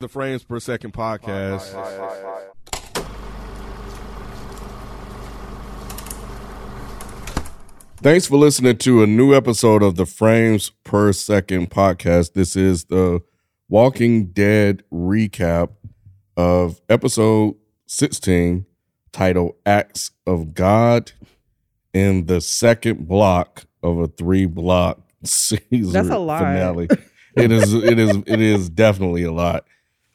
the Frames Per Second podcast. Thanks for listening to a new episode of the Frames Per Second podcast. This is the Walking Dead recap of episode 16, titled Acts of God in the second block of a three block season That's a lot. finale. It is it is it is definitely a lot.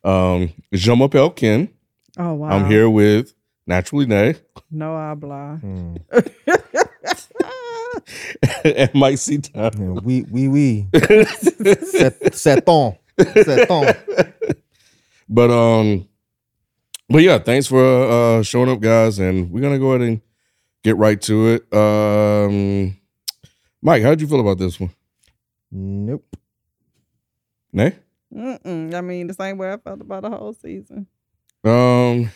Um Jean Mapel Ken. Oh wow! I'm here with Naturally Nay No habla. Mm. and Mike C. Todd. Yeah, oui, oui, oui. C'est, c'est ton. C'est ton. But um, but yeah, thanks for uh showing up, guys, and we're gonna go ahead and get right to it. Um, Mike, how'd you feel about this one? Nope. Nay, Mm-mm. I mean, the same way I felt about the whole season. um,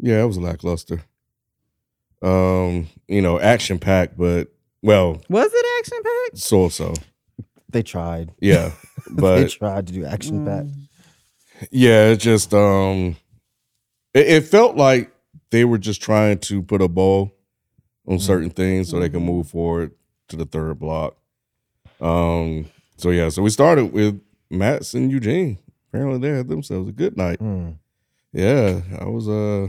yeah, it was lackluster. Um, you know, action packed, but well, Was it action packed? so so, They tried. yeah, they but tried to do Mm. action back. Yeah, it just um it, it felt like they were just trying to put a bow on certain things so they can Mhm. move forward to the third block. Um so yeah, so we started with Matt's and Eugene. Apparently they had themselves a good night. Mm. Yeah, I was uh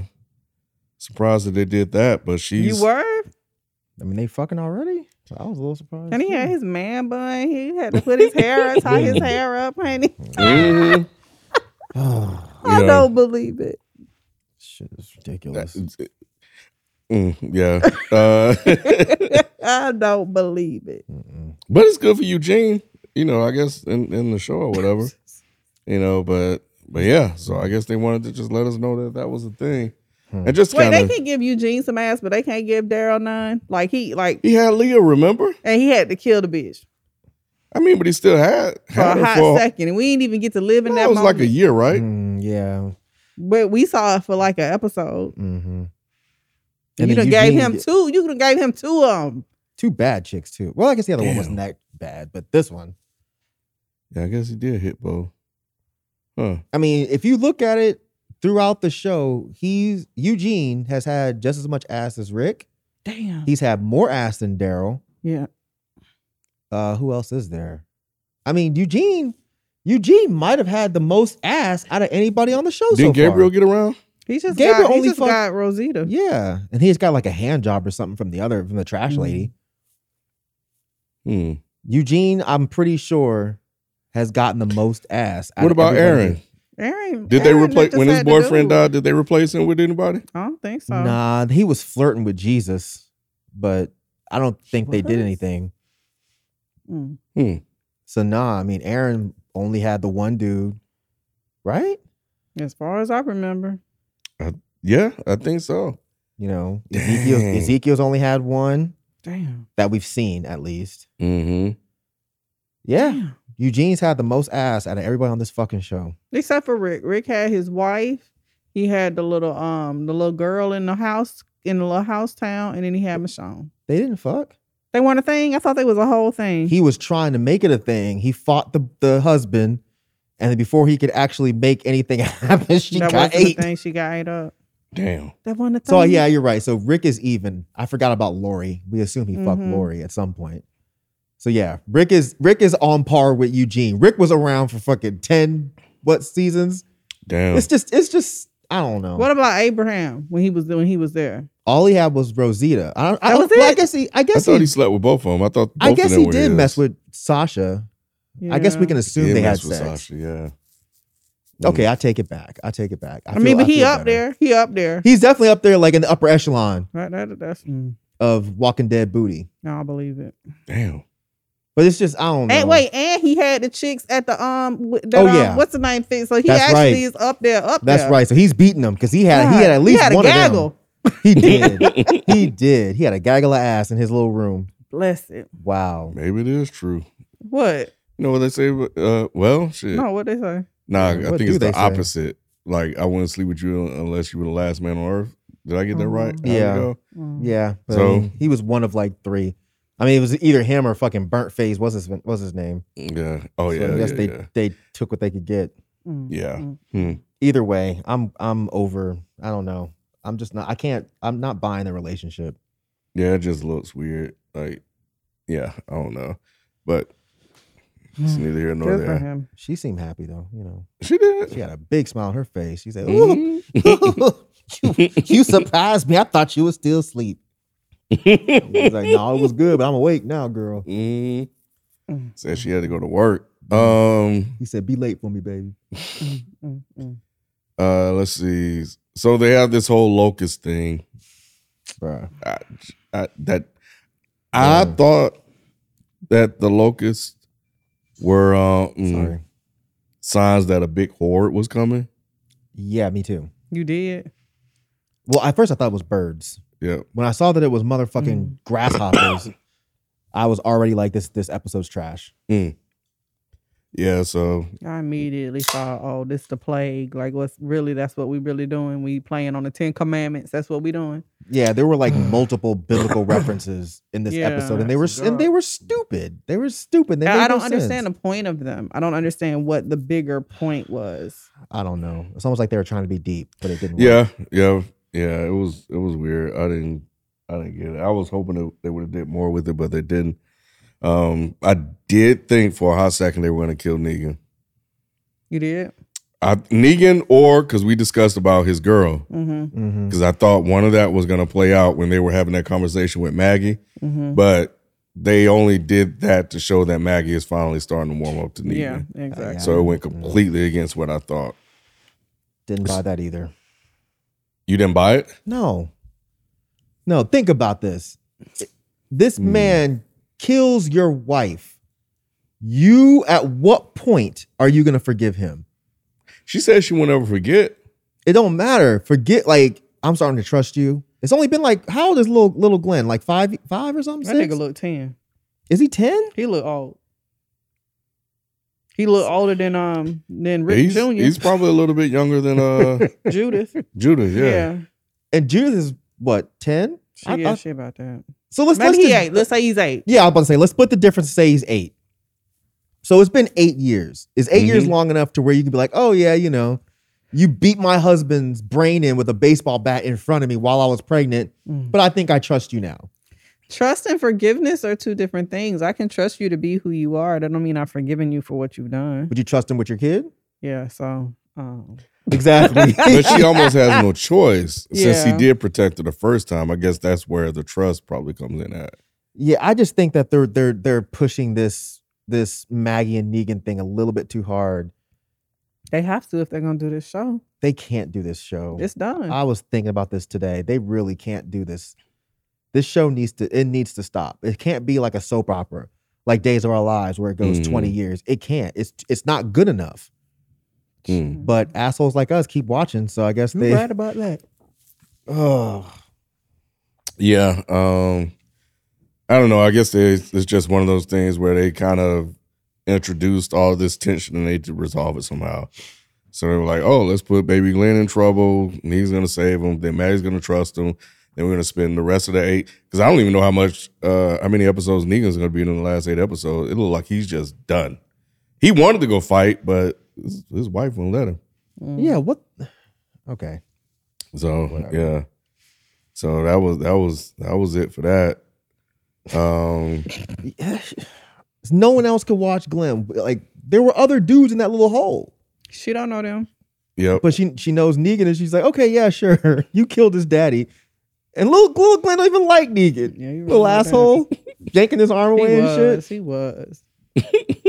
surprised that they did that, but she's You were, I mean, they fucking already? I was a little surprised. and he too. had his man bun. He had to put his hair, up, tie his hair up, honey. Mhm. I Yeah. don't believe it. Shit is ridiculous. That- Mm, yeah. Uh I don't believe it. Mm-mm. But it's good for Eugene, you know, I guess in, in the show or whatever. you know, but but yeah, so I guess they wanted to just let us know that that was a thing. Hmm. And just Wait, kind they of can give Eugene some ass, but they can't give Daryl none. Like he, like, he had Leah, remember? and he had to kill the bitch I mean, but he still had, for had a her hot for second, and we didn't even get to live in that that, was moment. Mm-hmm. like a year, right? Mm, yeah. but we saw it for like an episode. Mm-hmm. And you done gave him two. You done gave him two of them. two bad chicks, too. Well, I guess the other one Damn. wasn't that bad, but this one. Yeah, I guess he did hit Bo. Huh. I mean, if you look at it throughout the show, he's Eugene has had just as much ass as Rick. Damn. He's had more ass than Daryl. Yeah. uh who else is there i mean eugene eugene might have had the most ass out of anybody on the show so Didn't Gabriel far. get around? He just Gabriel got, he only just fuck- got Rosita. yeah and he's got like a hand job or something from the other from the trash Mhm. lady Hmm. eugene i'm pretty sure has gotten the most ass out What of about Aaron? everybody. Aaron. Did they Aaron replace just when his had the boyfriend dude. died? Did they replace him with anybody? I don't think so. nah he was flirting with jesus but i don't think they did What? anything Mm. so nah i mean aaron only had the one dude right As far as I remember. Yeah, I think so. you know ezekiel Dang. ezekiel's only had one Damn. that we've seen at least Mm-hmm. yeah Eugene's had the most ass out of everybody on this fucking show. Except for Rick. Rick had his wife. He had the little um the little girl in the house in the little house town, and then he had Michonne. They didn't fuck. They weren't a thing. I thought they was a whole thing. He was trying to make it a thing. He fought the, the husband, and then before he could actually make anything happen, she that got wasn't a eight. thing. She got ate up. Damn. That wasn't a thing. So yeah, you're right. So Rick is even. I forgot about Lori. We assume he fucked Mhm. Lori at some point. So yeah, Rick is Rick is on par with Eugene. Rick was around for fucking ten what seasons? Damn. It's just it's just I don't know. What about Abraham when he was when he was there? All he had was Rosita. I don't. I That don't. was well, I it? guess he. I I guess thought he. he slept with both of them. I thought both I guess of them he were did his. mess with Sasha. I guess we Yeah. can assume Did they had mess with sex. Sasha, yeah. Okay, I take it back. I take it back. I, feel- mean, but I he feel up better. there. He up there. He's definitely up there, like in the upper echelon Right, that, that's mm, of Walking Dead booty. no, I believe it. Damn. But it's just I don't know. And wait, and he had the chicks at the um. w- That, Oh, um, yeah. what's the name? Fit. So he That's actually right. is up there. Up that's there. right. So he's beating them because he had God, he had at least had a one gaggle. of them. He did. he did. He had a gaggle of ass in his little room. Bless it. Wow. Maybe it is true. What? You know what they say? Uh, well, shit. No, what they say? nah, What I do think it's they the say? opposite. Like, I wouldn't sleep with you unless you were the last man on earth. Did I get that right? Uh-huh. How'd it Mm, Yeah. go? Mm. Yeah. But I So- mean, he was one of like three. I mean, it was either him or fucking burnt face. What's his What's his name? Yeah. Oh So yeah. I guess yeah, they yeah. they took what they could get. Mm, Yeah. mm. Either way, I'm I'm over. I don't know. I'm just not. I can't. I'm not buying the relationship. Yeah, it just looks weird. Like, yeah, I don't know, but it's neither here nor Good for there. him. She seemed happy though. You know, She did. she had a big smile on her face. She said, "Ooh, Mhm. you, Mm-hmm. you surprised me. I thought you was still asleep." He's like, "No, it was good, but I'm awake now, girl." Mhm. Mm, Said she had to go to work. Um. He said, "Be late for me, baby." mm, mm, mm. Uh. Let's see. So they have this whole locust thing. Bruh. I, I, that I Yeah. thought that the locusts were um, Sorry. signs that a big horde was coming. Yeah, me too. You did. Well, at first I thought it was birds. Yeah, When I saw that it was motherfucking Mm. grasshoppers, I was already like, "This this episode's trash." yeah. So I immediately saw, oh, this the plague. Like, what's really? That's what we really doing. We playing on the Ten Commandments. That's what we doing. Yeah, there were like multiple biblical references in this Yeah, episode, and they were and they were stupid. They were stupid. They And I made no don't understand sense. the point of them. I don't understand what the bigger point was. I don't know. It's almost like they were trying to be deep, but it didn't. work. yeah, yeah, yeah. It was it was weird. I didn't I didn't get it. I was hoping that they would have did more with it, but they didn't. Um, I did think for a hot second they were going to kill Negan. You did. I, Negan or because we discussed about his girl. Mm-hmm. Mhm. Because I thought one of that was going to play out when they were having that conversation with Maggie. Mm-hmm. but they only did that to show that Maggie is finally starting to warm up to Negan. Yeah. Exactly. So it went completely against what I thought. Didn't buy that either. You didn't buy it? No. No, think about this. This Hmm. man kills your wife. You at what point are you going to forgive him? She said she won't ever forget. It don't matter. Forget like I'm starting to trust you. It's only been like how old is little little Glenn? Like 5 5 or something? That nigga Six? look ten. Is he 10? He look old. He look older than um than Rick He's, Jr. he's probably a little bit younger than uh Judith. Judah, yeah. And Judith is what? 10? She I- is I- shit about that. So let's Maybe let's he just- eight. Let's say he's eight. Yeah, I was about to say, let's put the difference, say he's eight. So it's been eight years. Is 8 years Mm-hmm. Mhm. long enough to where you can be like, oh yeah, you know, you beat my husband's brain in with a baseball bat in front of me while I was pregnant, Mm. but I think I trust you now. Trust and forgiveness are two different things. I can trust you to be who you are. That don't mean I've forgiven you for what you've done. Would you trust him with your kid? Yeah. So um, Exactly. But she almost has no choice since he Yeah. did protect her the first time. I guess that's where the trust probably comes in at. yeah, I just think that they're they're they're pushing this this Maggie and Negan thing a little bit too hard. they have to if they're gonna do this show. They can't do this show. It's done. I was thinking about this today. They really can't do this. This show needs to it needs to stop. It can't be like a soap opera, like Days of Our Lives, where it goes Mm. 20 years. It can't. It's it's not good enough. Mm. But assholes like us keep watching, so I guess Mm-hmm. You they right about that. oh Yeah. Um I don't know. I guess they, it's just one of those things where they kind of introduced all this tension and they had to resolve it somehow. So they were like, "Oh, let's put Baby Glenn in trouble. And he's gonna save him. Then Maggie's gonna trust him. Then we're gonna spend the rest of the eight because I don't even know how much, uh, how many episodes Negan's gonna be in the last eight episodes. It looked like he's just done. He wanted to go fight, but his, his wife won't let him. Mm. yeah, what okay. So Whatever. yeah. So that was that was that was it for that. Um. No one else could watch Glenn. Like there were other dudes in that little hole. She don't know them. Yep. But she she knows Negan and she's like, okay, yeah, sure. You killed his daddy. And little, little Glenn don't even like Negan. Yeah, you right Little about that. asshole yanking his arm He away and shit. was. He was.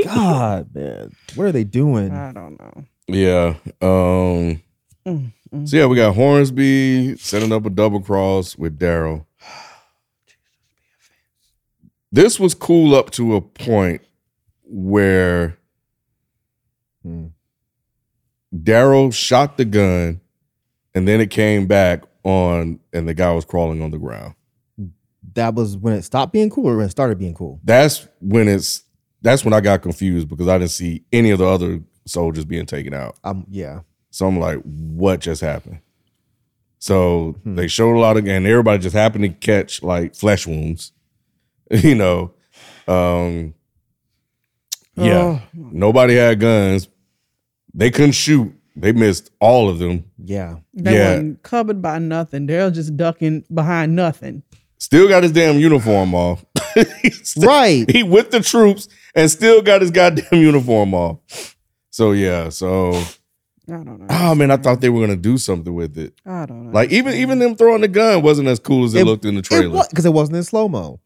God, man, what are they doing? I don't know. Yeah. Um. Mm, mm. So yeah, we got Hornsby setting up a double cross with Daryl. This was cool up to a point where Hmm. Daryl shot the gun, and then it came back on, and the guy was crawling on the ground. That was when it stopped being cool, or when it started being cool. That's when it's. That's when I got confused because I didn't see any of the other soldiers being taken out. Um, yeah, So I'm like, what just happened? So Hmm. they showed a lot of, and everybody just happened to catch like flesh wounds. you know, um, yeah, Oh, nobody had guns. They couldn't shoot. They missed all of them. yeah. They Yeah. weren't covered by nothing. They're just ducking behind nothing. Still got his damn uniform off. Still- Right. He with the troops and still got his goddamn uniform off. So yeah, so I don't know. Ah, oh man, I thought they were gonna do something with it. I don't know. Like even even them throwing the gun wasn't as cool as it, It- looked in the It trailer. was because it wasn't in slow mo.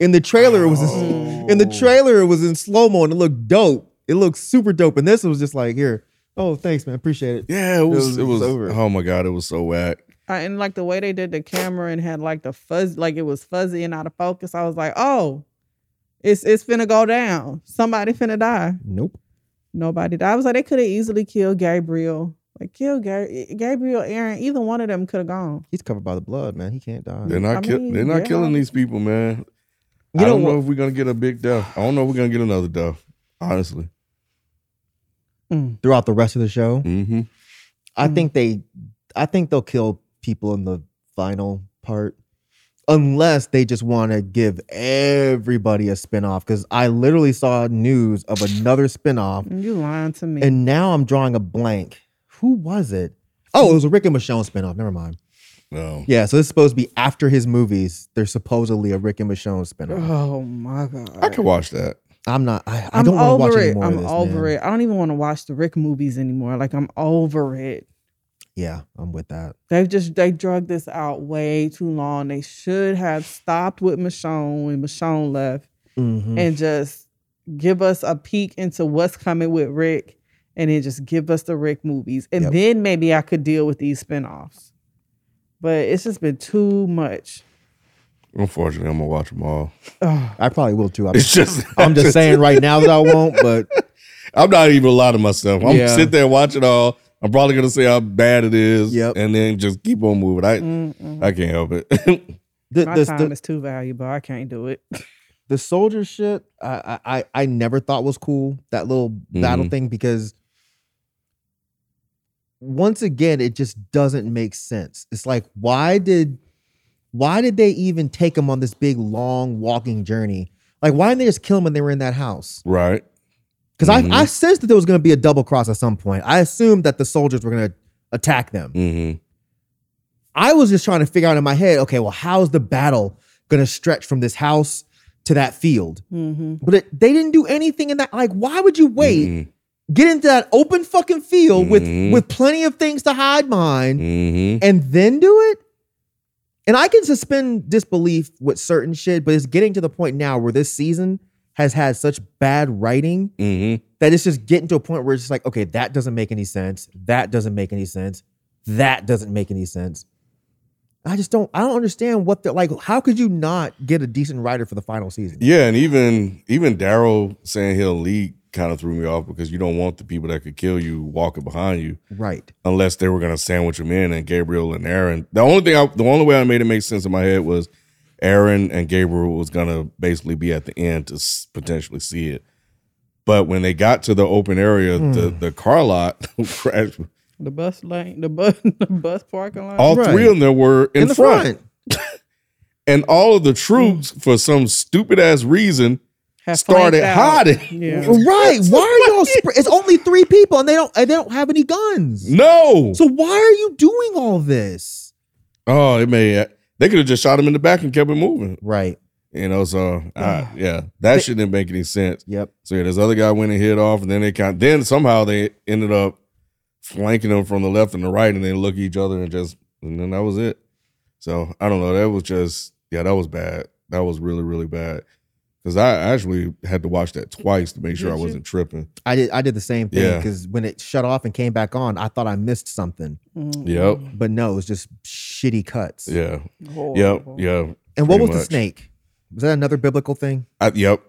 In the trailer, it was in, Oh. in the trailer it was in slow mo and it looked dope. It looked super dope. And this was just like here. Oh, thanks, man. Appreciate it. Yeah, it was. was- It it was. was over. oh my god, it was so whack. I, and like the way they did the camera and had like the fuzz, like it was fuzzy and out of focus. I was like, oh, it's it's finna go down. Somebody finna die. Nope. Nobody died. I was like, they could have easily killed Gabriel. Like kill Gar- Gabriel, Aaron. Either one of them could have gone. He's covered by the blood, man. He can't die. They're not. I kill- mean, they're not yeah. killing these people, man. You I know don't know what- if we're gonna get a big death. I don't know if we're gonna get another death. Honestly. Mm. Throughout the rest of the show, Mm-hmm. I Mm. think they, I think they'll kill people in the final part, unless they just want to give everybody a spinoff. Because I literally saw news of another spinoff, You lying to me. and now I'm drawing a blank. Who was it? Oh, it was a Rick and Michonne spinoff. Never mind. No. Yeah, so it's supposed to be after his movies. There's supposedly a Rick and Michonne spinoff. oh my god. I can watch that. I'm not. I, I I'm don't want to watch over any it. more I'm of this. over man. it. I don't even want to watch the Rick movies anymore. Like I'm over it. Yeah, I'm with that. They've just they drug this out way too long. They should have stopped with Michonne when Michonne left Mm. Mhm. and just give us a peek into what's coming with Rick and then just give us the Rick movies. And Yep. then maybe I could deal with these spinoffs. But it's just been too much. Unfortunately, I'm gonna watch them all. Ugh. I probably will too. I'm, It's just. I'm just saying right now that I won't, but I'm not even lying to myself. I'm Yeah. sit there and watch it all. I'm probably gonna say how bad it is. Yep. And then just keep on moving. I Mm-mm. I can't help it. the, My the, time the, is too valuable. I can't do it. the soldier shit I, I I- I never thought was cool that little battle Mhm. thing because once again it just doesn't make sense it's like why did why did they even take him on this big long walking journey like why didn't they just kill him when they were in that house right. because Mhm. I, I sensed that there was going to be a double cross at some point i assumed that the soldiers were going to attack them Mm-hmm. I was just trying to figure out in my head okay well how's the battle going to stretch from this house to that field Mm-hmm. but it, they didn't do anything in that. Like, why would you wait? Mm-hmm. Get into that open fucking field Mhm. with with plenty of things to hide behind, Mm-hmm. and then do it. And I can suspend disbelief with certain shit, but it's getting to the point now where this season has had such bad writing Mm-hmm. that it's just getting to a point where it's just like, okay, that doesn't make any sense. That doesn't make any sense. That doesn't make any sense. I just don't. I don't understand what the like. How could you not get a decent writer for the final season? Yeah, and even even Daryl saying he'll lead kind of threw me off because you don't want the people that could kill you walking behind you Right. unless they were gonna sandwich him in and Gabriel and Aaron. The only thing I, the only way I made it make sense in my head was Aaron and Gabriel was gonna basically be at the end to s- potentially see it. But when they got to the open area, the the car lot crashed. The bus lane, the bus, the bus parking lot. All Right. three of them were in, In the front. front. and all of the troops, for some stupid ass reason, Have started flanked out. hiding. Yeah. Right? Why are y'all? Sp- it's only three people, and they don't. And they don't have any guns. No. So why are you doing all this? Oh, it may. They could have just shot him in the back and kept it moving. Right. You know, so I, yeah, that shit didn't make any sense. Yep. So yeah, this other guy went and hit off, and then they kind. Then somehow they ended up flanking him from the left and the right, and they look at each other and just, and then that was it. So I don't know. That was just yeah, that was bad. That was really really bad. Because I actually had to watch that twice to make sure I Did you? wasn't tripping. I did. I did the same thing Yeah. because when it shut off and came back on, I thought I missed something, Mm-mm. Yep. but no, it was just shitty cuts. Yeah. Yep. Horrible. Yeah. And what pretty was the much. snake? Was that another biblical thing? I, yep.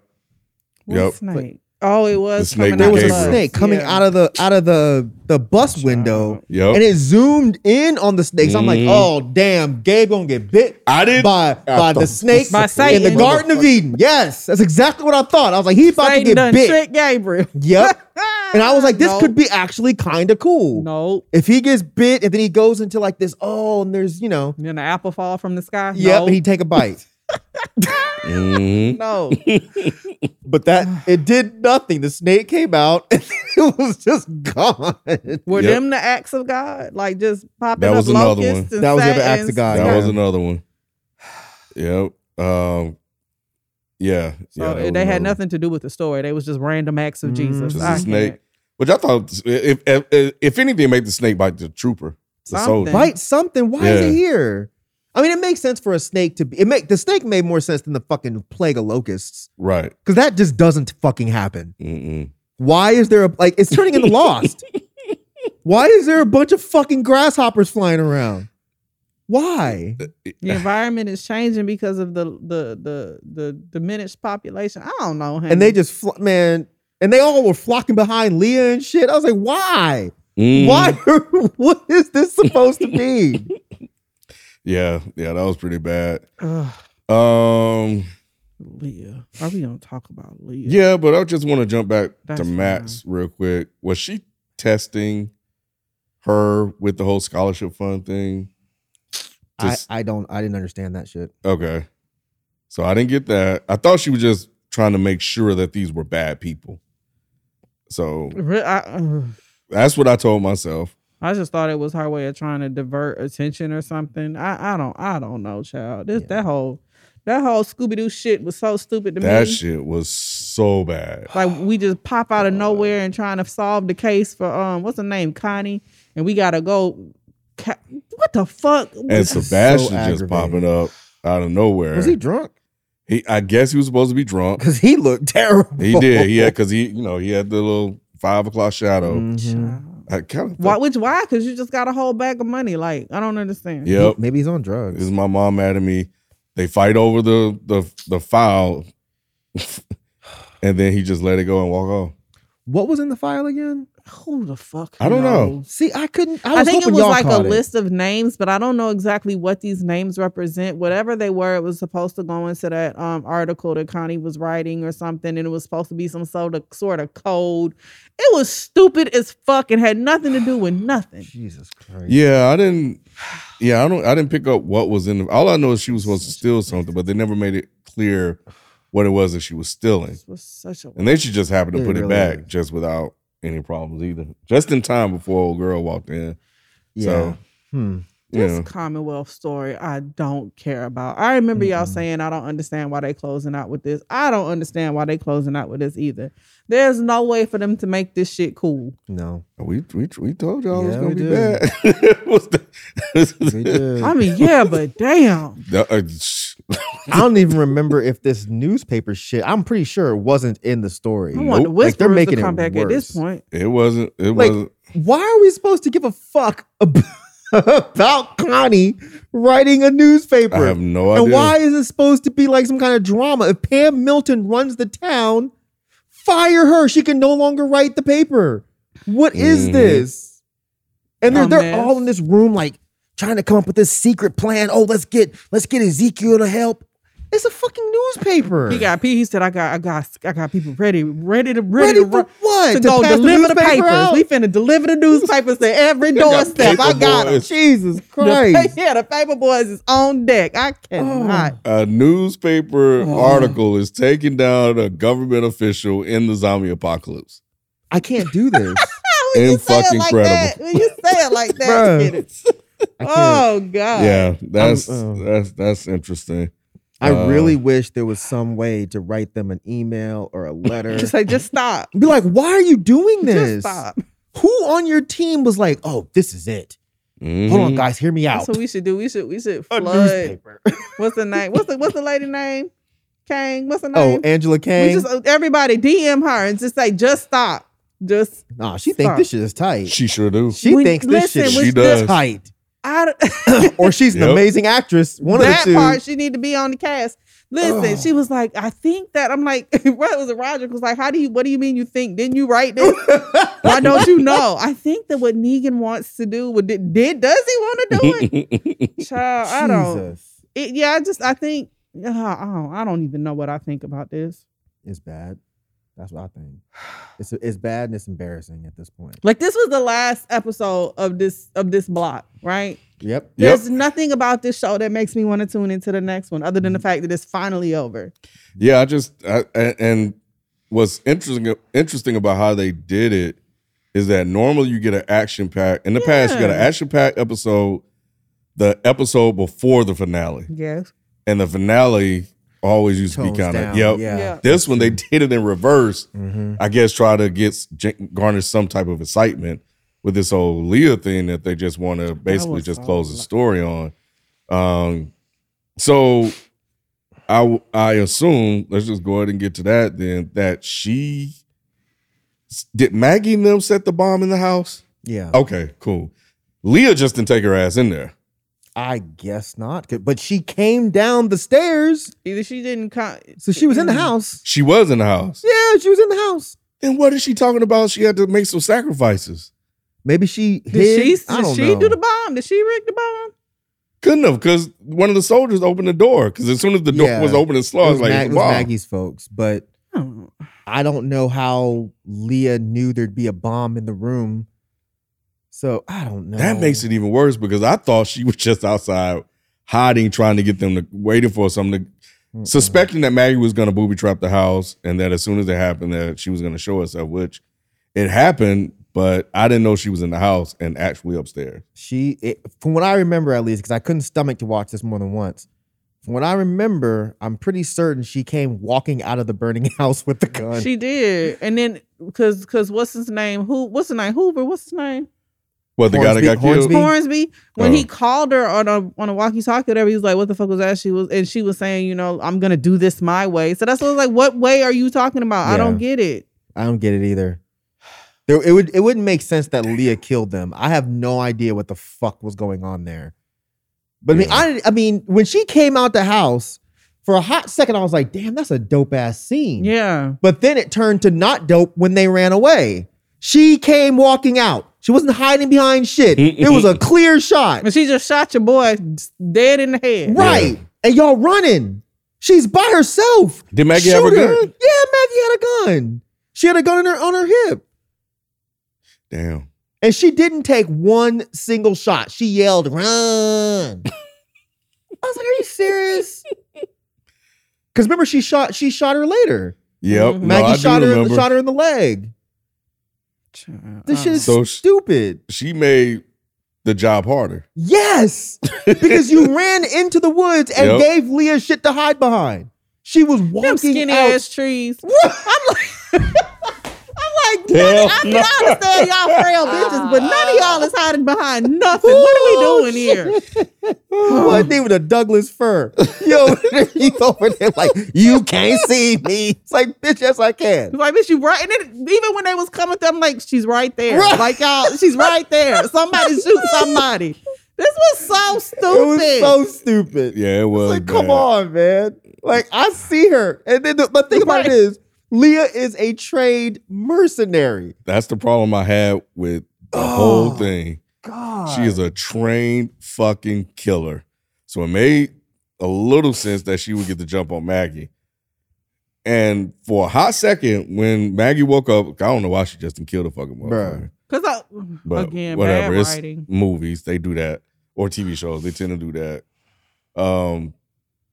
What Yep. Snake. Oh, it was. snake coming that There out was a Gabriel. the snake bus. coming Yeah. out of the out of the the bus window, Yep. and it zoomed in on the snake. So I'm like, Mhm. oh damn, Gabe gonna get bit I did. by by thought- the snake By in the Satan. Garden of Eden. Yes, that's exactly what I thought. I was like, he about Satan to done get bit. tricked Gabriel. Yep. And I was like, this No. could be actually kind of cool. Nope. If he gets bit and then he goes into like this, oh, and there's you know, Then the apple fall from the sky. yep, No. and he take a bite. Mhm. No. But that it did nothing. The snake came out and it was just gone. Were Yep. them the acts of God? Like just popping That was up another one. locusts and That was the other acts of satins? God, That yeah. was another one. Yep. Um, yeah. yeah, So that was Oh, they another had one. nothing to do with the story. They was just random acts of Mm. Jesus. Just a I can't. snake. Which I thought, if if, if anything, make the snake bite the trooper, the soldier. Something. Bite something. Why is Yeah. it here? I mean, it makes sense for a snake to be. It make the snake made more sense than the fucking plague of locusts Right. because that just doesn't fucking happen. Mm-mm. Why is there a like? It's turning into Lost. Why is there a bunch of fucking grasshoppers flying around? Why? The environment is changing because of the the the the diminished population. I don't know. Honey. And they just fl- man, and they all were flocking behind Leah and shit. I was like, why? Mm. Why? what is this supposed to mean? Yeah. Yeah. That was pretty bad. Ugh, Um. Leah. Are we gonna talk about Leah? Yeah, but I just want to jump back That's to Matt's real quick. Was she testing her with the whole scholarship fund thing? To I, s- I don't. I didn't understand that shit. okay. So I didn't get that. I thought she was just trying to make sure that these were bad people. So Re- I, uh, ugh. that's what I told myself. I just thought it was her way of trying to divert attention or something. I, I don't I don't know, child. This Yeah. that whole that whole Scooby Doo shit was so stupid to me. That shit Oh, was so bad. Like we just pop out of God. nowhere and trying to solve the case for um what's the name Connie, and we gotta go. Ca- what the fuck? And so Sebastian just aggravating. popping up out of nowhere. Was he drunk? he I guess he was supposed to be drunk. Because he looked terrible. He did. Yeah, because he, you know, he had the little five o'clock shadow. Mhm. Child. I kind of Why? Which why? Because you just got a whole bag of money. Like I don't understand. Yep. Maybe he's on This drugs. is my mom mad at me. They fight over the the the file, and then he just let it go and walk off. What was in the file again? Who the fuck? I don't know. knows? See, I couldn't. I, I, was think it hoping was y'all like a caught it. list of names, but I don't know exactly what these names represent. Whatever they were, it was supposed to go into that um, article that Connie was writing or something, and it was supposed to be some sort of sort of code. It was stupid as fuck and had nothing to do with nothing. Jesus Christ. Yeah, I didn't. Yeah, I don't. I didn't pick up what was in. The, all I know is she was supposed to steal something, but they never made it clear what it was that she was stealing. This was such a And they should just happen to They put it really back did. just without any problems either, just in time before old girl walked in. So Hmm. you this know, Commonwealth story. I don't care about. I remember y'all Mm-mm. saying I don't understand why they closing out with this. I don't understand why they closing out with this either. There's no way for them to make this shit cool. No. we we we told y'all it was Yeah, gonna we be did. bad. It was the- They did. I mean, yeah, but damn. the- uh, sh- I don't even remember if this newspaper shit. I'm pretty sure it wasn't in the story. I want the Nope. Like, they're whisperers making to it come back at this worse. point. it wasn't. It Like, wasn't. Why are we supposed to give a fuck ab- about Connie writing a newspaper? I have no idea. and why is it supposed to be like some kind of drama? If Pam Milton runs the town, fire her. She can no longer write the paper. What is Mhm. this? And they're, they're Dumbass. all in this room, like trying to come up with this secret plan. Oh, let's get let's get Ezekiel to help. It's a fucking newspaper. He got P. He said, "I got, I got, I got people ready, ready to, ready, ready, to, for ru- what? to go pass deliver the, newspaper papers. out? We finna deliver the newspapers to every doorstep. I paper got 'em. boys. Oh, Jesus The, Christ! yeah, the paper boys is on deck. I cannot. Oh. a newspaper Oh. article is taking down a government official in the zombie apocalypse. I can't do this. When you And say it fucking like credible. that, when you say it like that, Bruh. get it. I, can't. oh god. yeah, that's um. that's that's interesting. I Uh, really wish there was some way to write them an email or a letter. Just like, just stop. Be like, why are you doing Just this? stop. Who on your team was like, oh, this is it? Hold on, Mhm. guys, hear me out. That's what we should do. We should, we should A flood. newspaper. What's the name? What's the, what's the lady name? Kang. What's the name? Oh, Angela We Kang. just everybody DM her and just say, just stop. Just Nah, she think this shit is tight. She sure do. She We- thinks this listen, shit we- is She does. tight. I Or she's an Yep. amazing actress. One that of the two. part she need to be on the cast. Listen, Ugh. she was like, I think that I'm like, what was it? Roger was like, how do you? What do you mean you think? Didn't you write this? Why don't you know? I think that what Negan wants to do, what did, did does he want to do it? Child, I don't. Jesus. It, yeah, I just I think uh, I don't I don't even know what I think about this. It's bad. That's what I think. It's it's bad and it's embarrassing at this point. Like this was the last episode of this of this block, right? Yep. Yep. There's nothing about this show that makes me want to tune into the next one, other than the fact that it's finally over. Yeah, I just I, a- and what's interesting interesting about how they did it is that normally you get an action pack. In the past, you got an Yeah. action pack episode, the episode before the finale, Yes. and the finale always used to be Tones kind of down. yep. Yeah. Yeah. This one they did it in reverse. Mhm. I guess try to get s- j- garnish some type of excitement with this whole Leah thing that they just want to basically was just so close the lo- story on. Um, so I w- I assume let's just go ahead and get to that then. That she s- did Maggie and them set the bomb in the house. Yeah. Okay, cool. Leah just didn't take her ass in there. I guess not. 'Cause- But she came down the stairs, Either she didn't Mm. con- so she was in the Mm-hmm. house. She was in the house. Yeah, she was in the house. Then what is she talking about? She had to make some sacrifices. Maybe she Did hid. she? I Did don't she know. do the bomb? Did she rig the bomb? Couldn't have, because one of the soldiers opened the door. Because as soon as the door Yeah. was open and It slow, I was was like, Mag- it was wow. Maggie's folks, but Oh. I don't know how Leah knew there'd be a bomb in the room. So I don't know. That makes it even worse because I thought she was just outside hiding, trying to get them to waiting for something to Mm-mm. suspecting that Maggie was gonna booby trap the house and that as soon as it happened that she was gonna show herself, which it happened, but I didn't know she was in the house and actually upstairs. She, it, from what I remember at least, because I couldn't stomach to watch this more than once. From what I remember, I'm pretty certain she came walking out of the burning house with the gun. She did, and then because because what's his name? Who what's his name? Hoover. What's his name? What the guy that got Hornsby- killed? Me? Hornsby. When Oh. he called her on a on a walkie talkie, whatever, he was like, "What the fuck was that?" She was, and she was saying, "You know, I'm gonna do this my way." So that's what I was like, "What way are you talking about? I don't get it." I don't get it either. There, it would it wouldn't make sense that Leah killed them. I have no idea what the fuck was going on there. But Yeah. I mean, I, I mean, when she came out the house for a hot second, I was like, "Damn, that's a dope ass scene." Yeah, But then it turned to not dope when they ran away. She came walking out. She wasn't hiding behind shit. it was a clear shot. and she just shot your boy dead in the head. Right. And y'all running. She's by herself. Did Maggie have a Shoot her. gun? Yeah, Maggie had a gun. She had a gun in her, on her hip. Damn. And she didn't take one single shot. She yelled, run. I was like, are you serious? Because remember, she shot she shot her later. Yep. Mhm. No, Mm-hmm. Maggie I do shot her remember. Oh. shot her in the leg. This shit is So sh- stupid. She made the job harder. Yes. Because you ran into the woods and Yep. gave Leah shit to hide behind. She was Them walking skinny out. ass trees. What? I'm like, Hell none, I mean, no. I understand y'all frail bitches, but none of y'all is hiding behind nothing. Oh, What are we doing here? What name with a Douglas fir? Yo, he's over there like you can't see me. It's like bitch, yes I It's can. like, bitch, you right. And then even when they was coming through, I'm like, she's right there. Right. Like y'all, she's right there. Somebody shoot somebody. This was so stupid. It was so stupid. Yeah, it It's was. like come bad. on, man. Like I see her, and then the, but think about it Right. is Leah is a trained mercenary. That's the problem I had with the whole Oh. thing. God, She is a trained fucking killer. So it made a little sense that she would get the jump on Maggie. And for a hot second, when Maggie woke up, I don't know why she just didn't kill the fucking motherfucker. Bruh. Cause I But again, whatever. bad It's writing. movies, they do that. Or TV shows, they tend to do that. Um,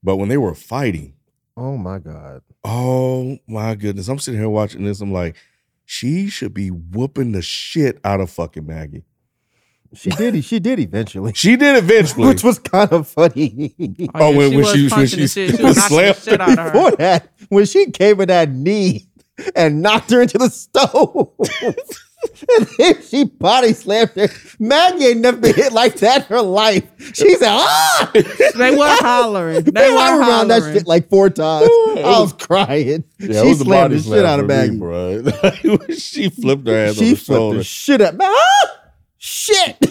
but when they were fighting, Oh my God. oh my goodness. I'm sitting here watching this. I'm like, she should be whooping the shit out of fucking Maggie. She did. She did eventually, She did eventually. which was kind of funny. Oh, when- when she- when punching she the shit. she was was knocking the slapped shit out of her. Before that, when she gave her that knee and knocked her into the stove. And then she body slammed her. Maggie ain't never been hit like that in her life. She said, ah! They were hollering. They Man, were I hollering. around that shit like four times. I was crying. Yeah, it she was a slammed body the slam shit out of for me, Maggie. bruh. she flipped her ass on she the flipped shoulder. the shit up. Ah! Shit!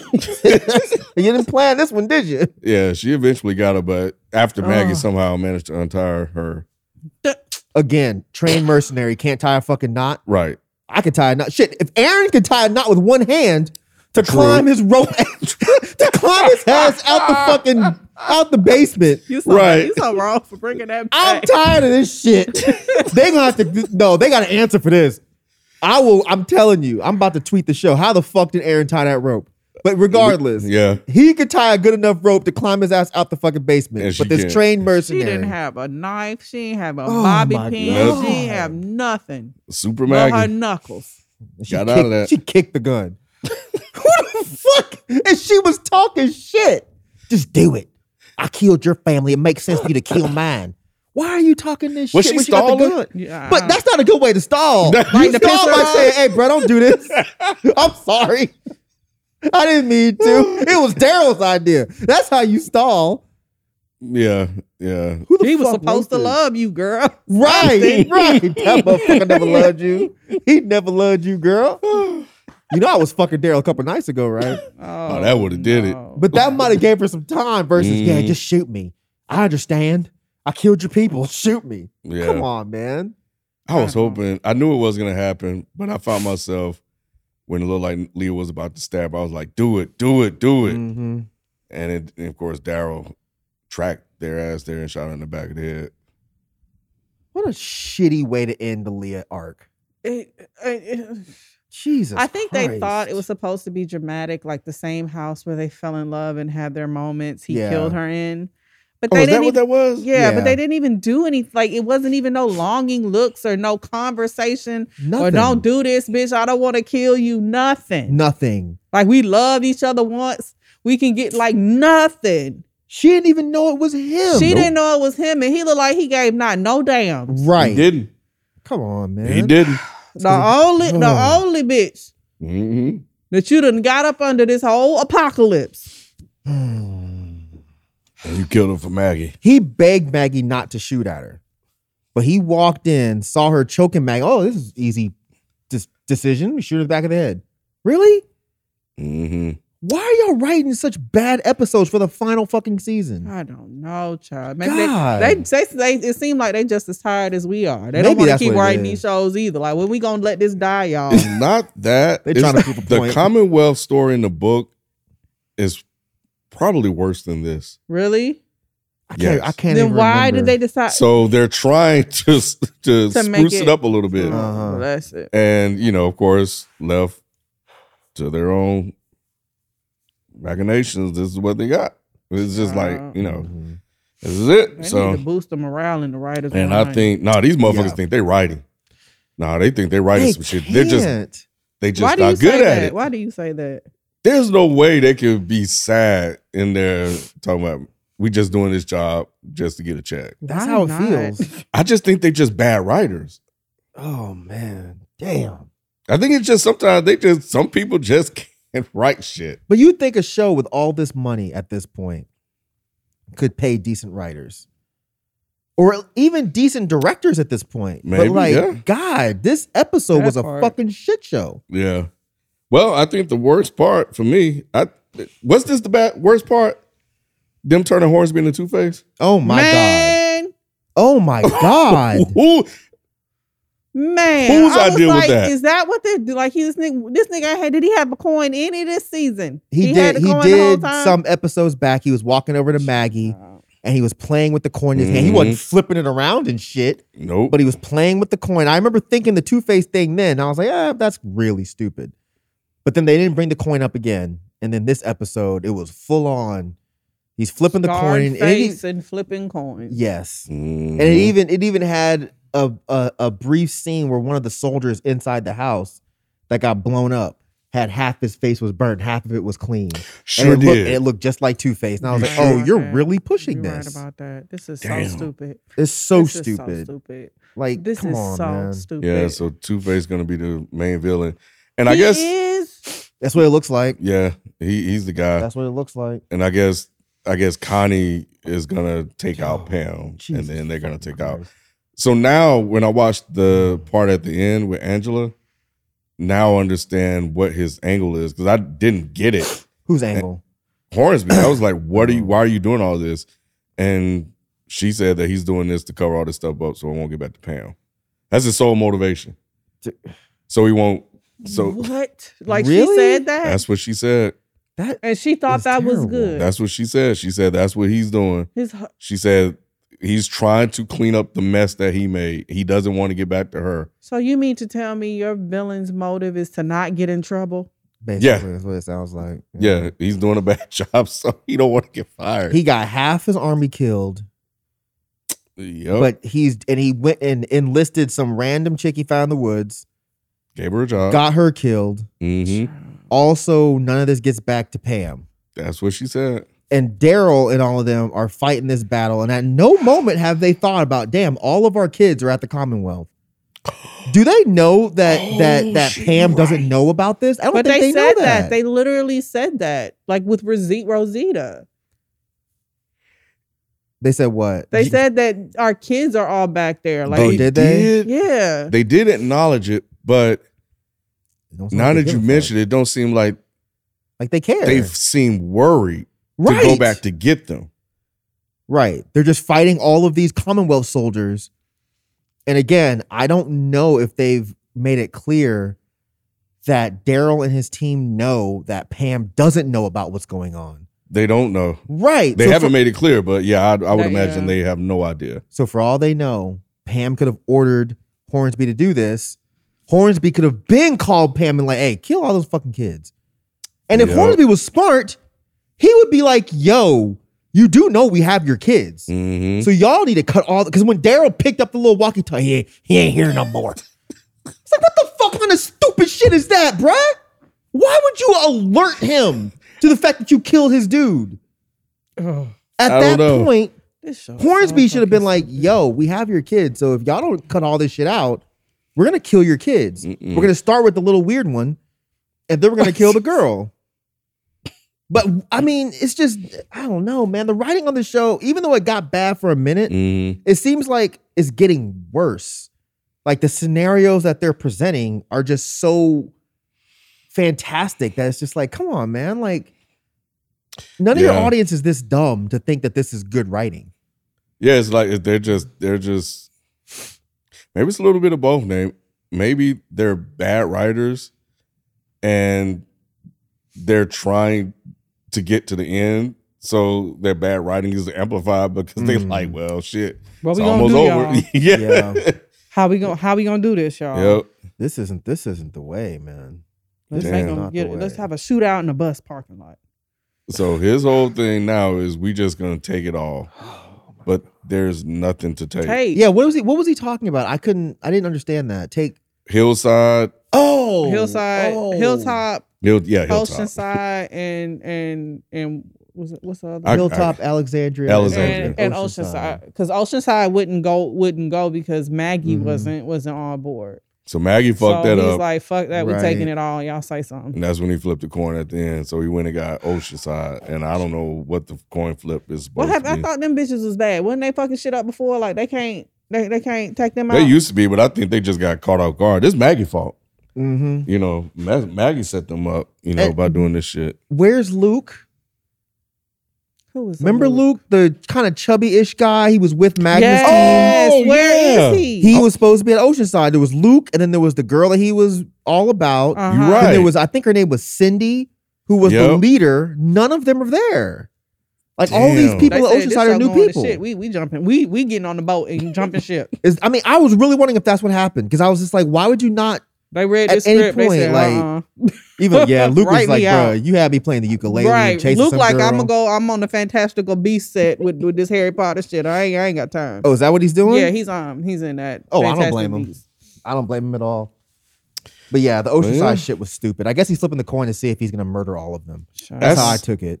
you didn't plan this one, did you? yeah, she eventually got it, but after Maggie Oh. Ugh. somehow managed to untie her. Again, trained mercenary can't tie a fucking knot. Right. I could tie a knot. Shit, if Aaron could tie a knot with one hand to True. climb his rope, to climb his ass out the fucking out the basement. You so Right. you so wrong for bringing that I'm back. tired of this shit. they gonna have to no, they gotta answer for this. I will, I'm telling you, I'm about to tweet the show. How the fuck did Aaron tie that rope? But regardless, Yeah. he could tie a good enough rope to climb his ass out the fucking basement. And she but this can't. trained she mercenary. didn't have a knife. She didn't have a Oh, bobby my pin. God. She didn't have nothing Super but her Maggie. knuckles. she Got kicked, out of that. She kicked the gun. Who the fuck? And she was talking shit. Just do it. I killed your family. It makes sense for you to kill mine. Why are you talking this Was shit? she when got the stalling? gun? Yeah, But that's not a good way to stall. No. you Like the stall pistol. by saying, "Hey, bro, don't do this." I'm sorry. I didn't mean to. It was Daryl's idea. That's how you stall. Yeah. Yeah. Who the he was fuck supposed to wrote this? love you, girl. Right, Something. right. That motherfucker never loved you. He never loved you, girl. You know I was fucking Daryl a couple nights ago, right? Oh, that would've did it. no. But that might have gave her some time versus, yeah, Mm. just shoot me. I understand. I killed your people. Shoot me. Yeah. Come on, man. I was Wow. hoping. I knew it was gonna happen, but I found myself when it looked like Leah was about to stab. I was like, "Do it, do it, do it!" Mhm. And, it, and of course, Daryl tracked their ass there and shot her in the back of the head. What a shitty way to end the Leah arc. It- it- it- Jesus. I think they thought it Christ. was supposed to be dramatic, like the same house where they fell in love and had their moments. He Yeah. killed her in, but Oh, they is that didn't. what Even, that was? yeah, but Yeah. they didn't even do anything. Like it wasn't even no longing looks or no conversation or Oh, don't do this, bitch. I don't want to kill you. Nothing. nothing. Like we loved each other once. We can get like nothing. She didn't even know it was him. she Nope. didn't know it was him, and he looked like he gave not no damn. He right. didn't. Come on, man. He didn't. The only, the Ugh. only bitch hmm that you done got up under this whole apocalypse. And you killed him for Maggie. he begged Maggie not to shoot at her, but he walked in, saw her choking Maggie. Oh, this is easy dis- decision. We shoot her in the back of the head. Really? hmm Why are y'all writing such bad episodes for the final fucking season? I don't know, child. Maybe they- Mm. God. they, they, they, it seemed like they just as tired as we are. Maybe They don't want to that's keep what it writing is. these shows either. Like when we gonna let this die, y'all? It's not that. They It's trying to prove a the point. Commonwealth story in the book is probably worse than this. really? I can't. Yes. I can't. Then even why remember. did they decide? So they're trying to to, make spruce it, it- up a little bit. Oh, Uh-huh. That's it. and you know, of course, left to their own machinations. This is what they got. It's just like you know, Mhm. this is it. They need so, to boost the morale in the writers. and I line. think nah, these motherfuckers Yeah. think they writing. Nah, they think they writing They some shit. They're just can't. they just why do you not say good at that? it. Why do you say that? There's no way they could be sad in there talking about we just doing this job just to get a check. That's Why how it not? feels. I just think they just bad writers. Oh man, damn. I think it's just sometimes they just some people just can't write shit. But you think a show with all this money at this point could pay decent writers or even decent directors at this point? Maybe, but like, yeah. God, this episode That was a part. fucking shit show. Yeah. Well, I think the worst part for me, I was this the bad worst part? Them turning Hornsby into Two Face. Oh my god. man, Oh my god. Who? man. Whose I was idea was like, that? Is that what they do? Like he this nigga, this nigga had did he have a coin in it this season? He, had did a he coin the whole did time? some episodes back. He was walking over to Maggie and he was playing with the coin in his hand. He Mhm. wasn't Mm-hmm. flipping it around and shit, Nope. but he was playing with the coin. I remember thinking the two-face thing then. I was like, ah, that's really stupid. But then they didn't bring the coin up again. And then this episode, it was full on. He's flipping the Scarred coin. and it- face and flipping coins. yes. Mhm. And it even it even had a, a a brief scene where one of the soldiers inside the house that got blown up had half his face was burnt, half of it was clean. sure and did. it Looked, it looked just like Two Face. And I was like, Sure. oh, you're Okay. really pushing You're this. right about that. This is Damn. so stupid. it's so This is stupid. stupid. Like, This come is on, so man. stupid. yeah. So Two Face gonna be the main villain, and I guess is That's what it looks like. yeah, he he's the guy, That's what it looks like. and I guess I guess Connie is gonna take Oh, out Pam, and then they're gonna take out. out. So now, when I watched the part at the end with Angela, now I understand what his angle is because I didn't get it. Who's angle? Hornsby. I was like, "What are you? Why are you doing all this?" And she said that he's doing this to cover all this stuff up, so it won't get back to Pam. That's his sole motivation. So he won't. So what? Like she Really? said that. that's what she said. That and she thought It's that was terrible. good. That's what she said. She said that's what he's doing. His hu- She said he's trying to clean up the mess that he made. He doesn't want to get back to her. so you mean to tell me your villain's motive is to not get in trouble? basically Yeah. is what it sounds like. Yeah, he's doing a bad job, so he don't want to get fired. Mm-hmm. He got half his army killed, yep. but he's and he went and enlisted some random chick he found in the woods, Gave her a job. got her killed. hmm Also, none of this gets back to Pam. That's what she said. And Daryl and all of them are fighting this battle, and at no moment have they thought about, damn, all of our kids are at the Commonwealth. Do they know that Oh, that that she Pam right. doesn't know about this? I don't But think they, Oh, they, said know that. that. They literally said that, like with Rosi- Rosita. They said what? They She- said that our kids are all back there. Like, Oh, did they? yeah. They did acknowledge it, but It don't sound now like they that give you a fuck. mention it, it don't seem like like they care, they seem worried right. to go back to get them. Right. They're just fighting all of these Commonwealth soldiers. And again, I don't know if they've made it clear that Daryl and his team know that Pam doesn't know about what's going on. They don't know. Right. They so haven't For, made it clear, but yeah, I, I would They- imagine yeah. they have no idea. so for all they know, Pam could have ordered Hornsby to do this. Hornsby could have been called Pam and like, hey, kill all those fucking kids. And if Yep. Hornsby was smart, he would be like, yo, you do know we have your kids. hmm So y'all need to cut all because when Daryl picked up the little walkie-talkie, he, he ain't here no more. It's like, what the fuck kind of stupid shit is that, bruh? Why would you alert him to the fact that you killed his dude? Ugh, At I don't that know. point, this show is so Hornsby should have been like, fucking yo, we have your kids. So if y'all don't cut all this shit out, we're gonna kill your kids. Mm-mm. We're gonna start with the little weird one, and then we're gonna kill the girl. But I mean, it's just I don't know, man. The writing on the show, even though it got bad for a minute, Mhm. it seems like it's getting worse. Like the scenarios that they're presenting are just so fantastic that it's just like, come on, man. Like none of your Yeah. audience is this dumb to think that this is good writing. Yeah, it's like they're just they're just maybe it's a little bit of both. Name maybe they're bad writers and they're trying to get to the end, so their bad writing is amplified because they Mm. like, well, shit, What it's we gonna almost do, over. y'all? yeah. How we gonna How we gonna do this, y'all? Yep. This isn't this isn't the way, man. Let's, Damn. ain't gonna Not the get, let's way. have a shootout in a bus parking lot. So his whole thing now is we just gonna take it all, Oh but there's nothing to take. Hey, Yeah, what was he what was he talking about? I couldn't I didn't understand that. Take Hillside, Oh hillside, oh. hilltop, hill, yeah, hilltop, oceanside, and and and was it, what's the other? I- Hilltop, Alexandria, Alexandria. and, and Oceanside, because Oceanside wouldn't go, wouldn't go because Maggie Mhm. wasn't wasn't on board. So Maggie fucked so that he's up. like, "Fuck that, we're Right. taking it all." Y'all say something. And that's when he flipped the coin at the end. So he went and got Oceanside. And I don't know what the coin flip is. supposed What to happened? I be. thought them bitches was bad. Wasn't they fucking shit up before? Like they can't, they, they can't take them out. They used to be, but I think they just got caught off guard. This Maggie fault. Mm-hmm. You know, Ma- Maggie set them up, you know, And- by doing this shit. Where's Luke? Who was Remember Luke? Luke, the kind of chubby-ish guy? He was with Magnus. Yes. Oh, Where is yeah. he? He was supposed to be at Oceanside. There was Luke, and then there was the girl that he was all about. Uh-huh. You're right. Then there was, I think her name was Cindy, who was the Yep. leader. None of them are there. Like all these Damn. They people at said, "This Oceanside show are new going to people. Shit. We we jumping. We we getting on the boat and jumping ship. Is- I mean, I was really wondering if that's what happened because I was just like, why would you not? They read At this any script. they point, said, like, uh-uh. Even yeah, Luke was Write like, me out. bro, you had me playing the ukulele, right? chasing Look some like I'm girl." gonna go. I'm on the Fantastical Beast set with with this Harry Potter shit. I ain't I ain't got time. Oh, is that what he's doing? yeah, he's um he's in that. Oh, I don't Fantastic blame him. Beasts. I don't blame him at all. But yeah, the yeah. Oceanside shit was stupid. I guess he's flipping the coin to see if he's gonna murder all of them. Sure. That's- That's, how I took it.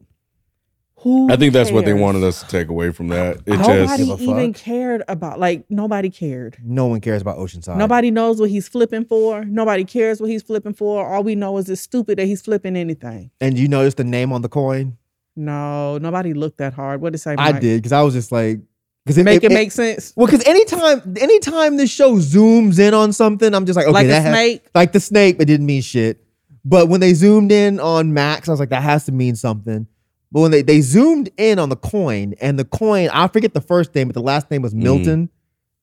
Who I think that's what they cares? wanted us to take away from that. It Nobody just, Give a even fuck. cared about like nobody cared. No one cares about Oceanside. Nobody knows what he's flipping for. Nobody cares what he's flipping for. All we know is it's stupid that he's flipping anything. And you noticed the name on the coin? No, nobody looked that hard. What did say? I Mike? did because I was just like, because it Make it, make sense. Well, because anytime anytime this show zooms in on something, I'm just like, okay, like a that has- snake. like the snake, but didn't mean shit. But when they zoomed in on Max, I was like, that has to mean something. But when they, they zoomed in on the coin, and the coin, I forget the first name, but the last name was Milton.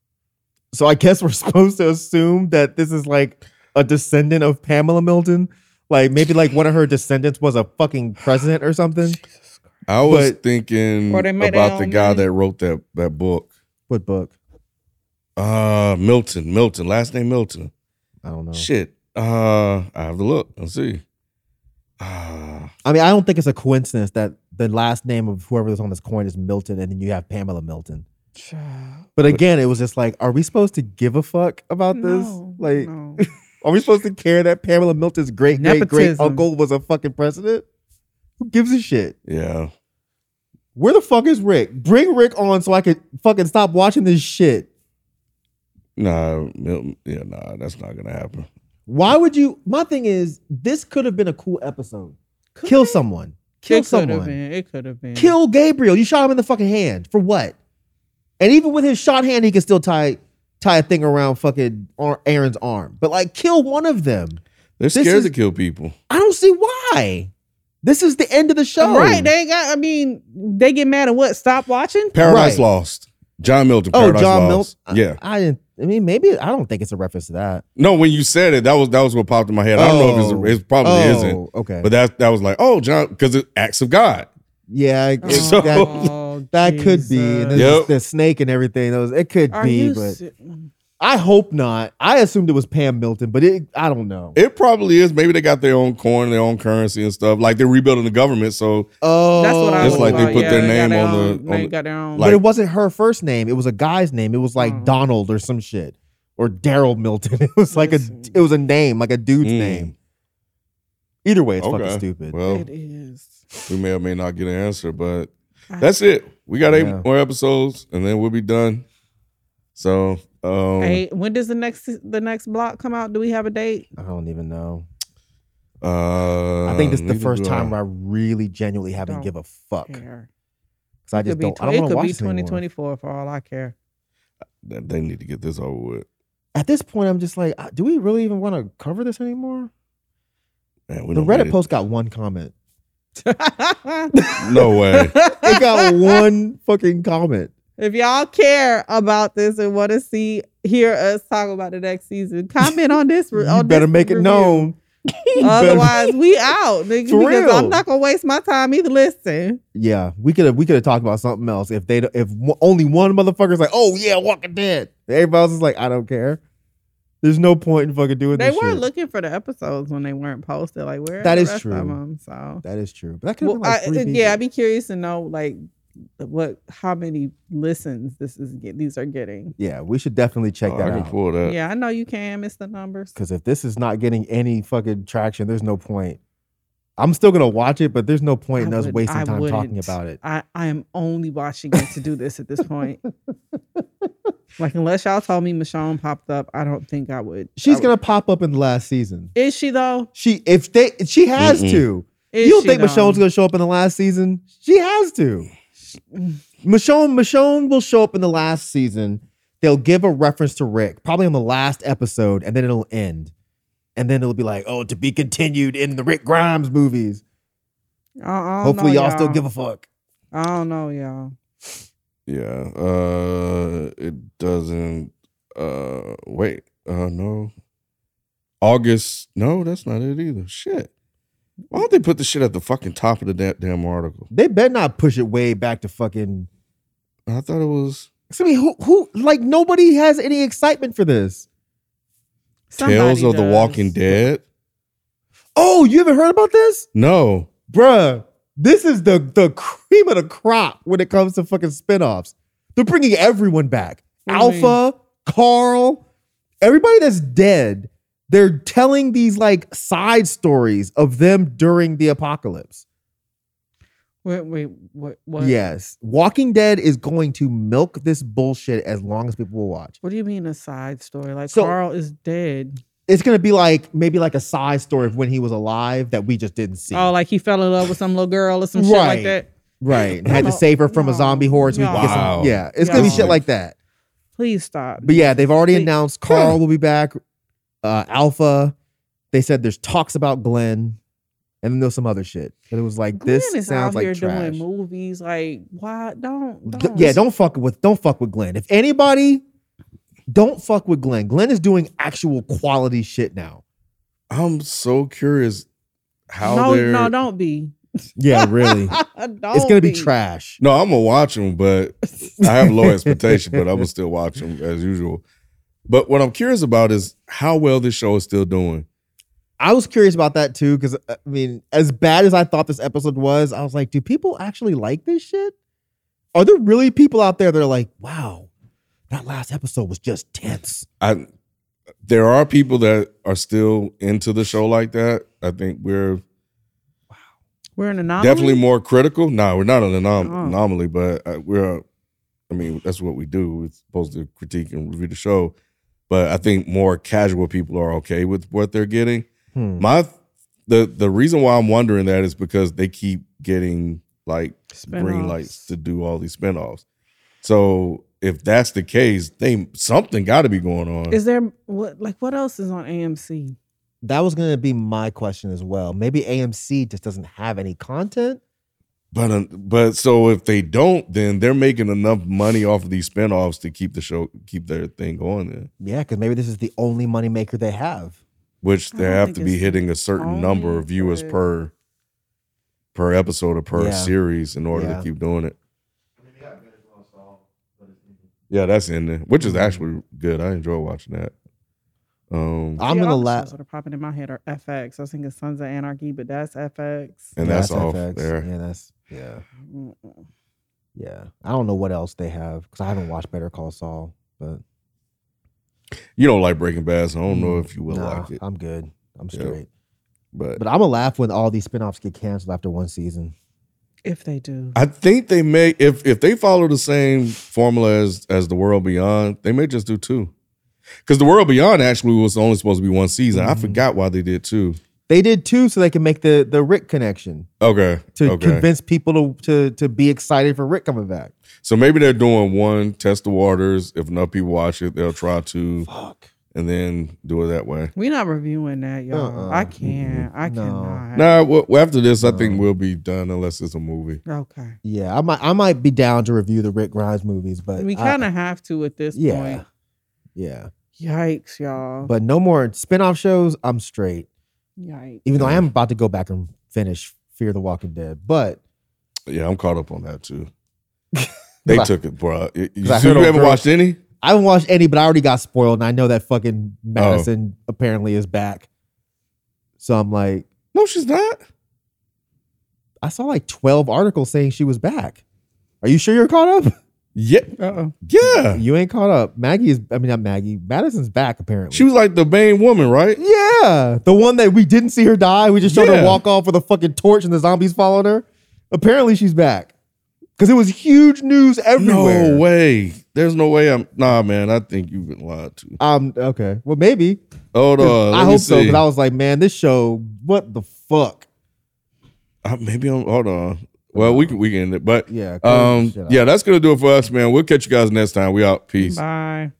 So I guess we're supposed to assume that this is like a descendant of Pamela Milton. Like maybe like one of her descendants was a fucking president or something. I was But- thinking Or they made their about the own guy name. that wrote that that book. What book? Uh Milton, Milton, last name Milton. I don't know. Shit. Uh I have to look and see. Uh, I mean, I don't think it's a coincidence that the last name of whoever was on this coin is Milton, and then you have Pamela Milton. But again, it was just like, are we supposed to give a fuck about this? No, like, no. are we supposed to care that Pamela Milton's great great great Nepotism. uncle was a fucking president? Who gives a shit? yeah. Where the fuck is Rick? Bring Rick on so I could fucking stop watching this shit. Nah, Milton, yeah, nah, that's not gonna happen. Why would you? My thing is, this could have been a cool episode. Could Kill it? someone. Kill It could have someone. been. It could have been. Kill Gabriel. You shot him in the fucking hand for what? And even with his shot hand, he can still tie tie a thing around fucking Ar- Aaron's arm. But like, kill one of them. They're This scared is- to kill people. I don't see why. This is the end of the show, Right. They got. I mean, they get mad at what? Stop watching. Paradise Right. Lost. John Milton. oh, Paradise John Milton. Lost. Yeah. I, I didn't. I mean, maybe I don't think it's a reference to that. No, when you said it, that was that was what popped in my head. I don't know Oh. if it's, it probably oh, isn't, okay. but that that was like, oh, John, because it's acts of God. yeah, I- Oh, So- that, that could be. And Yep. there's the snake and everything. Those it could Are be, you? but se- I hope not. I assumed it was Pam Milton, but it, I don't know. It probably is. Maybe they got their own coin, their own currency and stuff. Like they're rebuilding the government, so oh, That's what I It's was like they about. put yeah, their got name on own- the- They on the- got their own. like- but it wasn't her first name. It was a guy's name. It was like Oh. Donald or some shit or Daryl Milton. It was like a Listen. it was a name, like a dude's Mm. name. Either way, it's Okay. fucking stupid. well, it is. we may or may not get an answer, but that's it. We got eight Yeah. more episodes, and then we'll be done. So, um, Hey, when does the next the next block come out? Do we have a date? I don't even know. uh, I think this is the neither first do time where I really genuinely haven't Don't give a fuck because Care. I Could just be don't. I tw- don't want it to could watch be this anymore. 2024 for all I care. They- They need to get this over with. At this point, I'm just like, uh, do we really even want to cover this anymore? Man, we The don't get Reddit it. post got one comment. No way. It got one fucking comment. If y'all care about this and want to see hear us talk about the next season, comment on this. re- You on better this make it review. known. You better- Otherwise, we out, nigga. For because real. I'm not gonna waste my time either. Listen, Yeah, we could have we could have talked about something else if they if w- only one motherfucker's like, oh yeah, Walking Dead. Everybody else is like, I don't care. There's no point in fucking doing they this. were shit. looking for the episodes when they weren't posted. Like where That that is is the rest true. Of them, so That is true. But that could have well, been like I- three people. yeah, I'd be curious to know like what how many listens this is get, these are getting. yeah, we should definitely check Oh, I that can out. pull that. yeah, I know you can miss the numbers. Because if this is not getting any fucking traction, there's no point. I'm still gonna watch it, but there's no point in I us would- wasting I time talking wouldn't. about it. I, I am only watching it to do this at this point. like unless y'all told me Michonne popped up, I don't think I would. I She's would- gonna pop up in the last season. Is she though? She if they she has Mm-mm. to. Is you don't she, think though? Michonne's gonna show up in the last season? She has to. Michonne, Michonne will show up in the last season. They'll give a reference to Rick, probably on the last episode, and then it'll end. And then it'll be like, oh, to be continued in the Rick Grimes movies. I- I don't Hopefully, know, y'all, still give a fuck. I don't know, y'all. Yeah. Uh it doesn't uh wait. Uh no. August. No, that's not it either. Shit. Why don't they put the shit at the fucking top of the da- damn article? They better not push it way back to fucking. I thought it was I mean, who, who, like, nobody has any excitement for this. Tales Somebody of the does. Walking Dead. Oh, you haven't heard about this? No. Bruh, this is the, the cream of the crop when it comes to fucking spinoffs. They're bringing everyone back. What do you Alpha, Carl, everybody that's dead, they're telling these like side stories of them during the apocalypse. Wait, wait, what? What? Yes. Walking Dead is going to milk this bullshit as long as people will watch. What do you mean a side story? Like So- Carl is dead. It's going to be like maybe like a side story of when he was alive that we just didn't see. Oh, like he fell in love with some little girl or some shit Right. like that. right. And had to No, save her from a no, zombie horde so we no. could get Wow. some. Yeah. It's going to be No. shit like that. Please stop. But yeah, they've already Wait. announced Carl will be back. Uh, Alpha. They said there's talks about Glenn, and then there's some other shit. But it was like Glenn this is sounds out like here trash. doing movies. Like why? Don't. D- don't. yeah, don't fuck with don't fuck with Glenn. If anybody, don't fuck with Glenn. Glenn is doing actual quality shit now. I'm so curious. how no, they're no, don't be. Yeah, really. don't it's gonna be be trash. No, I'm gonna watch them, but I have low expectation, but I'm gonna still watch them as usual. But what I'm curious about is how well this show is still doing. I was curious about that too, because I mean, as bad as I thought this episode was, I was like, do people actually like this shit? Are there really people out there that are like, wow, that last episode was just tense? I there are people that are still into the show like that. I think we're We're an anomaly. definitely more critical. No, we're not an anom- Oh. anomaly, but uh, we're. I mean, that's what we do. We're supposed to critique and review the show, but I think more casual people are okay with what they're getting. Hmm. My the the reason why I'm wondering that is because they keep getting like green Spin-offs. lights to do all these spinoffs. So if that's the case, they something got to be going on. Is there what like what else is on AMC? That was gonna be my question as well. Maybe AMC just doesn't have any content. but uh, but so if they don't, then they're making enough money off of these spinoffs to keep the show keep their thing going. Then Yeah, because maybe this is the only moneymaker they have. which I they don't have think to be it's hitting a certain number only of viewers for- per per episode or per Yeah. series in order Yeah. to keep doing it. Yeah, that's in there, which Mm-hmm. is actually good. I enjoy watching that. Um, I'm See, gonna all the laugh. shows that are popping in my head are FX. I was thinking Sons of Anarchy, but that's FX. and that's, off FX. there. Yeah, that's yeah, Mm-mm. yeah. I don't know what else they have because I haven't watched Better Call Saul, but You don't like Breaking Bad, so I don't know if you will Mm, nah, like it. I'm good. I'm Yeah. straight. But But I'm gonna laugh when all these spinoffs get canceled after one season. If they do, I think they may if if they follow the same formula as as the World Beyond, they may just do two. Because the World Beyond actually was only supposed to be one season. I Mhm. forgot why they did two. They did two so they can make the the Rick connection Okay. to okay. convince people to, to to be excited for Rick coming back. So maybe they're doing one test the waters. If enough people watch it, they'll try to, Fuck. and then do it that way. we're not reviewing that, y'all. Uh-uh. I can't. I No. cannot. Nah, well, after this, I Um, think we'll be done unless it's a movie. Okay. Yeah, I might I might be down to review the Rick Grimes movies, but We I- kind of have to at this yeah, point. yeah. Yikes, y'all. But no more spinoff shows. I'm straight. Yikes. Even though I am about to go back and finish Fear the Walking Dead, but Yeah, I'm caught up on that too. They Cause I- took it, bro. You, you, I heard you old ever girl- watched any? I haven't watched any, but I already got spoiled, and I know that fucking Madison apparently is back. So I'm like, No, she's not. I saw like 12 articles saying she was back. Are you sure you're caught up? Yeah, Uh-oh. yeah. You ain't caught up. Maggie is, I mean, not Maggie. Madison's back apparently. She was like the main woman, right? yeah. The one that we didn't see her die. We just showed her Yeah. walk off with a fucking torch and the zombies followed her. Apparently she's back. Because it was huge news everywhere. No way. There's no way. I'm nah, man. I think you've been lied to. Um, okay. Well, maybe. Hold on. 'Cause I hope so. Because I was like, man, this show, what the fuck? I, Uh, maybe I'm. Hold on. Well, we can we can end it, but Yeah. clear um, this Oh, shit up. yeah, that's gonna do it for us, man. We'll catch you guys next time. We out. Peace. Bye.